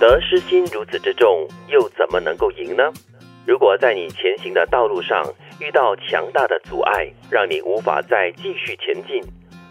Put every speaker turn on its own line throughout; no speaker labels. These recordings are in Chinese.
得失心如此之重，又怎么能够赢呢？如果在你前行的道路上遇到强大的阻碍，让你无法再继续前进，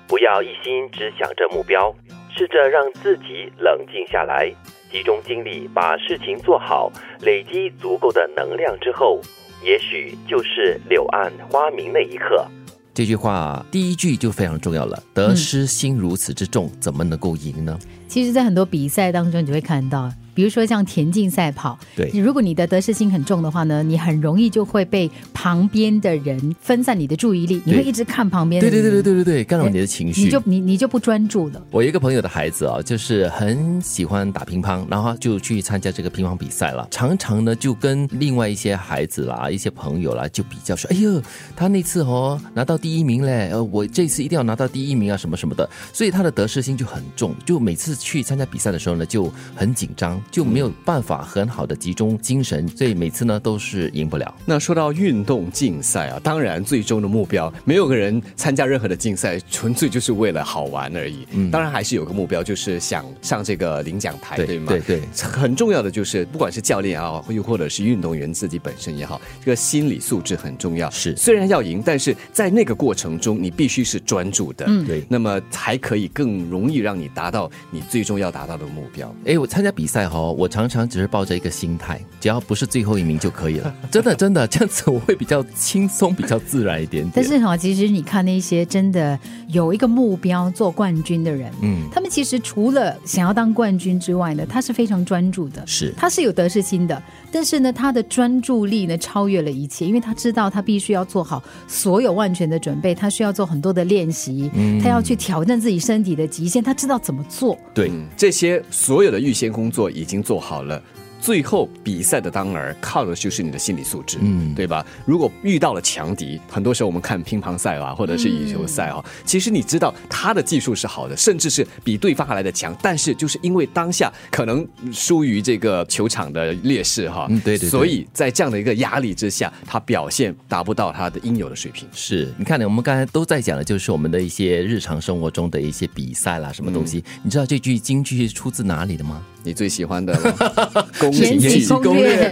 不要一心只想着目标，试着让自己冷静下来，集中精力把事情做好，累积足够的能量之后，也许就是柳暗花明那一刻。
这句话第一句就非常重要了，得失心如此之重，怎么能够赢呢？
其实，在很多比赛当中，你会看到，比如说像田径赛跑，
对
如果你的得失心很重的话呢，你很容易就会被旁边的人分散你的注意力，你会一直看旁边
对
的
对对
人，
对对对对，干扰你的情绪。
你就你你就不专注了。
我有一个朋友的孩子啊，就是很喜欢打乒乓，然后他就去参加这个乒乓比赛了。常常呢，就跟另外一些孩子啦、一些朋友啦，就比较说：“哎呦，他那次哦拿到第一名嘞，呃，我这次一定要拿到第一名啊，什么什么的。”所以他的得失心就很重，就每次去参加比赛的时候呢，就很紧张，就没有办法很好的集中精神，所以每次呢都是赢不了。
那说到运动竞赛啊，当然最终的目标，没有个人参加任何的竞赛，纯粹就是为了好玩而已。当然还是有个目标，就是想上这个领奖台，
嗯对
对吗？
对对
很重要的就是，不管是教练啊，又或者是运动员自己本身也好，这个心理素质很重要。
是
虽然要赢，但是在那个过程中，你必须是专注的，
嗯
对
那么才可以更容易让你达到你最终要达到的目标。
哎，我参加比赛哈、哦，我常常只是抱着一个心态，只要不是最后一名就可以了。真的，真的，这样子我会比较轻松，比较自然一点点。
但是哈，其实你看那些真的有一个目标做冠军的人，
嗯，
他们其实除了想要当冠军之外呢，他是非常专注的，
是
他是有得失心的，但是呢，他的专注力呢超越了一切，因为他知道他必须要做好所有万全的准备，他需要做很多的练习，他要去挑战自己身体的极限，他知道怎么做。
对，
嗯这些所有的预先工作已经做好了。最后比赛的当儿靠的就是你的心理素质，
嗯
对吧？如果遇到了强敌，很多时候我们看乒乓赛啊，或者是羽球赛啊，
嗯
其实你知道他的技术是好的，甚至是比对方还来的强，但是就是因为当下可能疏于这个球场的劣势哈、
嗯对对对
所以在这样的一个压力之下，他表现达不到他的应有的水平。
是，你看呢，我们刚才都在讲的就是我们的一些日常生活中的一些比赛啦，什么东西。
嗯
你知道这句京剧是出自哪里的吗？
你最喜欢的 吗宫
延禧
剧
攻略，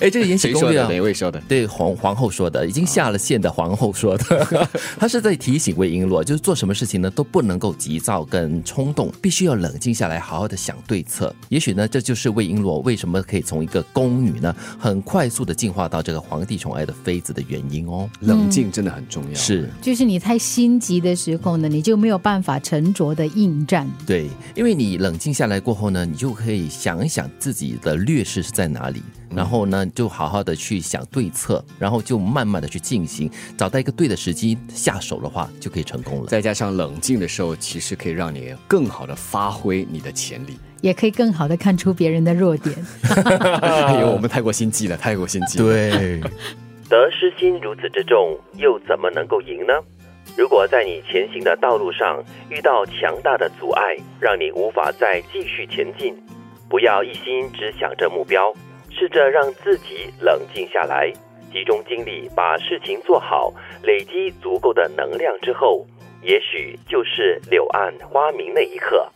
哎，这个《延禧
谁
攻
说
略》
的？
啊
哪。位说的？
对皇皇后说的，已经下了线的皇后说的，她是在提醒魏璎珞，就是做什么事情呢都不能够急躁跟冲动，必须要冷静下来，好好的想对策。也许呢，这就是魏璎珞为什么可以从一个宫女呢，很快速的进化到这个皇帝宠爱的妃子的原因哦。
冷静真的很重要。
嗯是，
就是你太心急的时候呢，你就没有办法沉着的应战。
对，因为你冷静下来过后呢，你就可以想一想自己的劣势是在哪里，然后呢，就好好的去想对策，然后就慢慢的去进行，找到一个对的时机下手的话，就可以成功了。
再加上冷静的时候，其实可以让你更好的发挥你的潜力。
也可以更好的看出别人的弱点。
哎呦，我们太过心机了，太过心机了。
对，
得失心如此之重，又怎么能够赢呢？如果在你前行的道路上遇到强大的阻碍，让你无法再继续前进，不要一心只想着目标，试着让自己冷静下来，集中精力把事情做好，累积足够的能量之后，也许就是柳暗花明那一刻。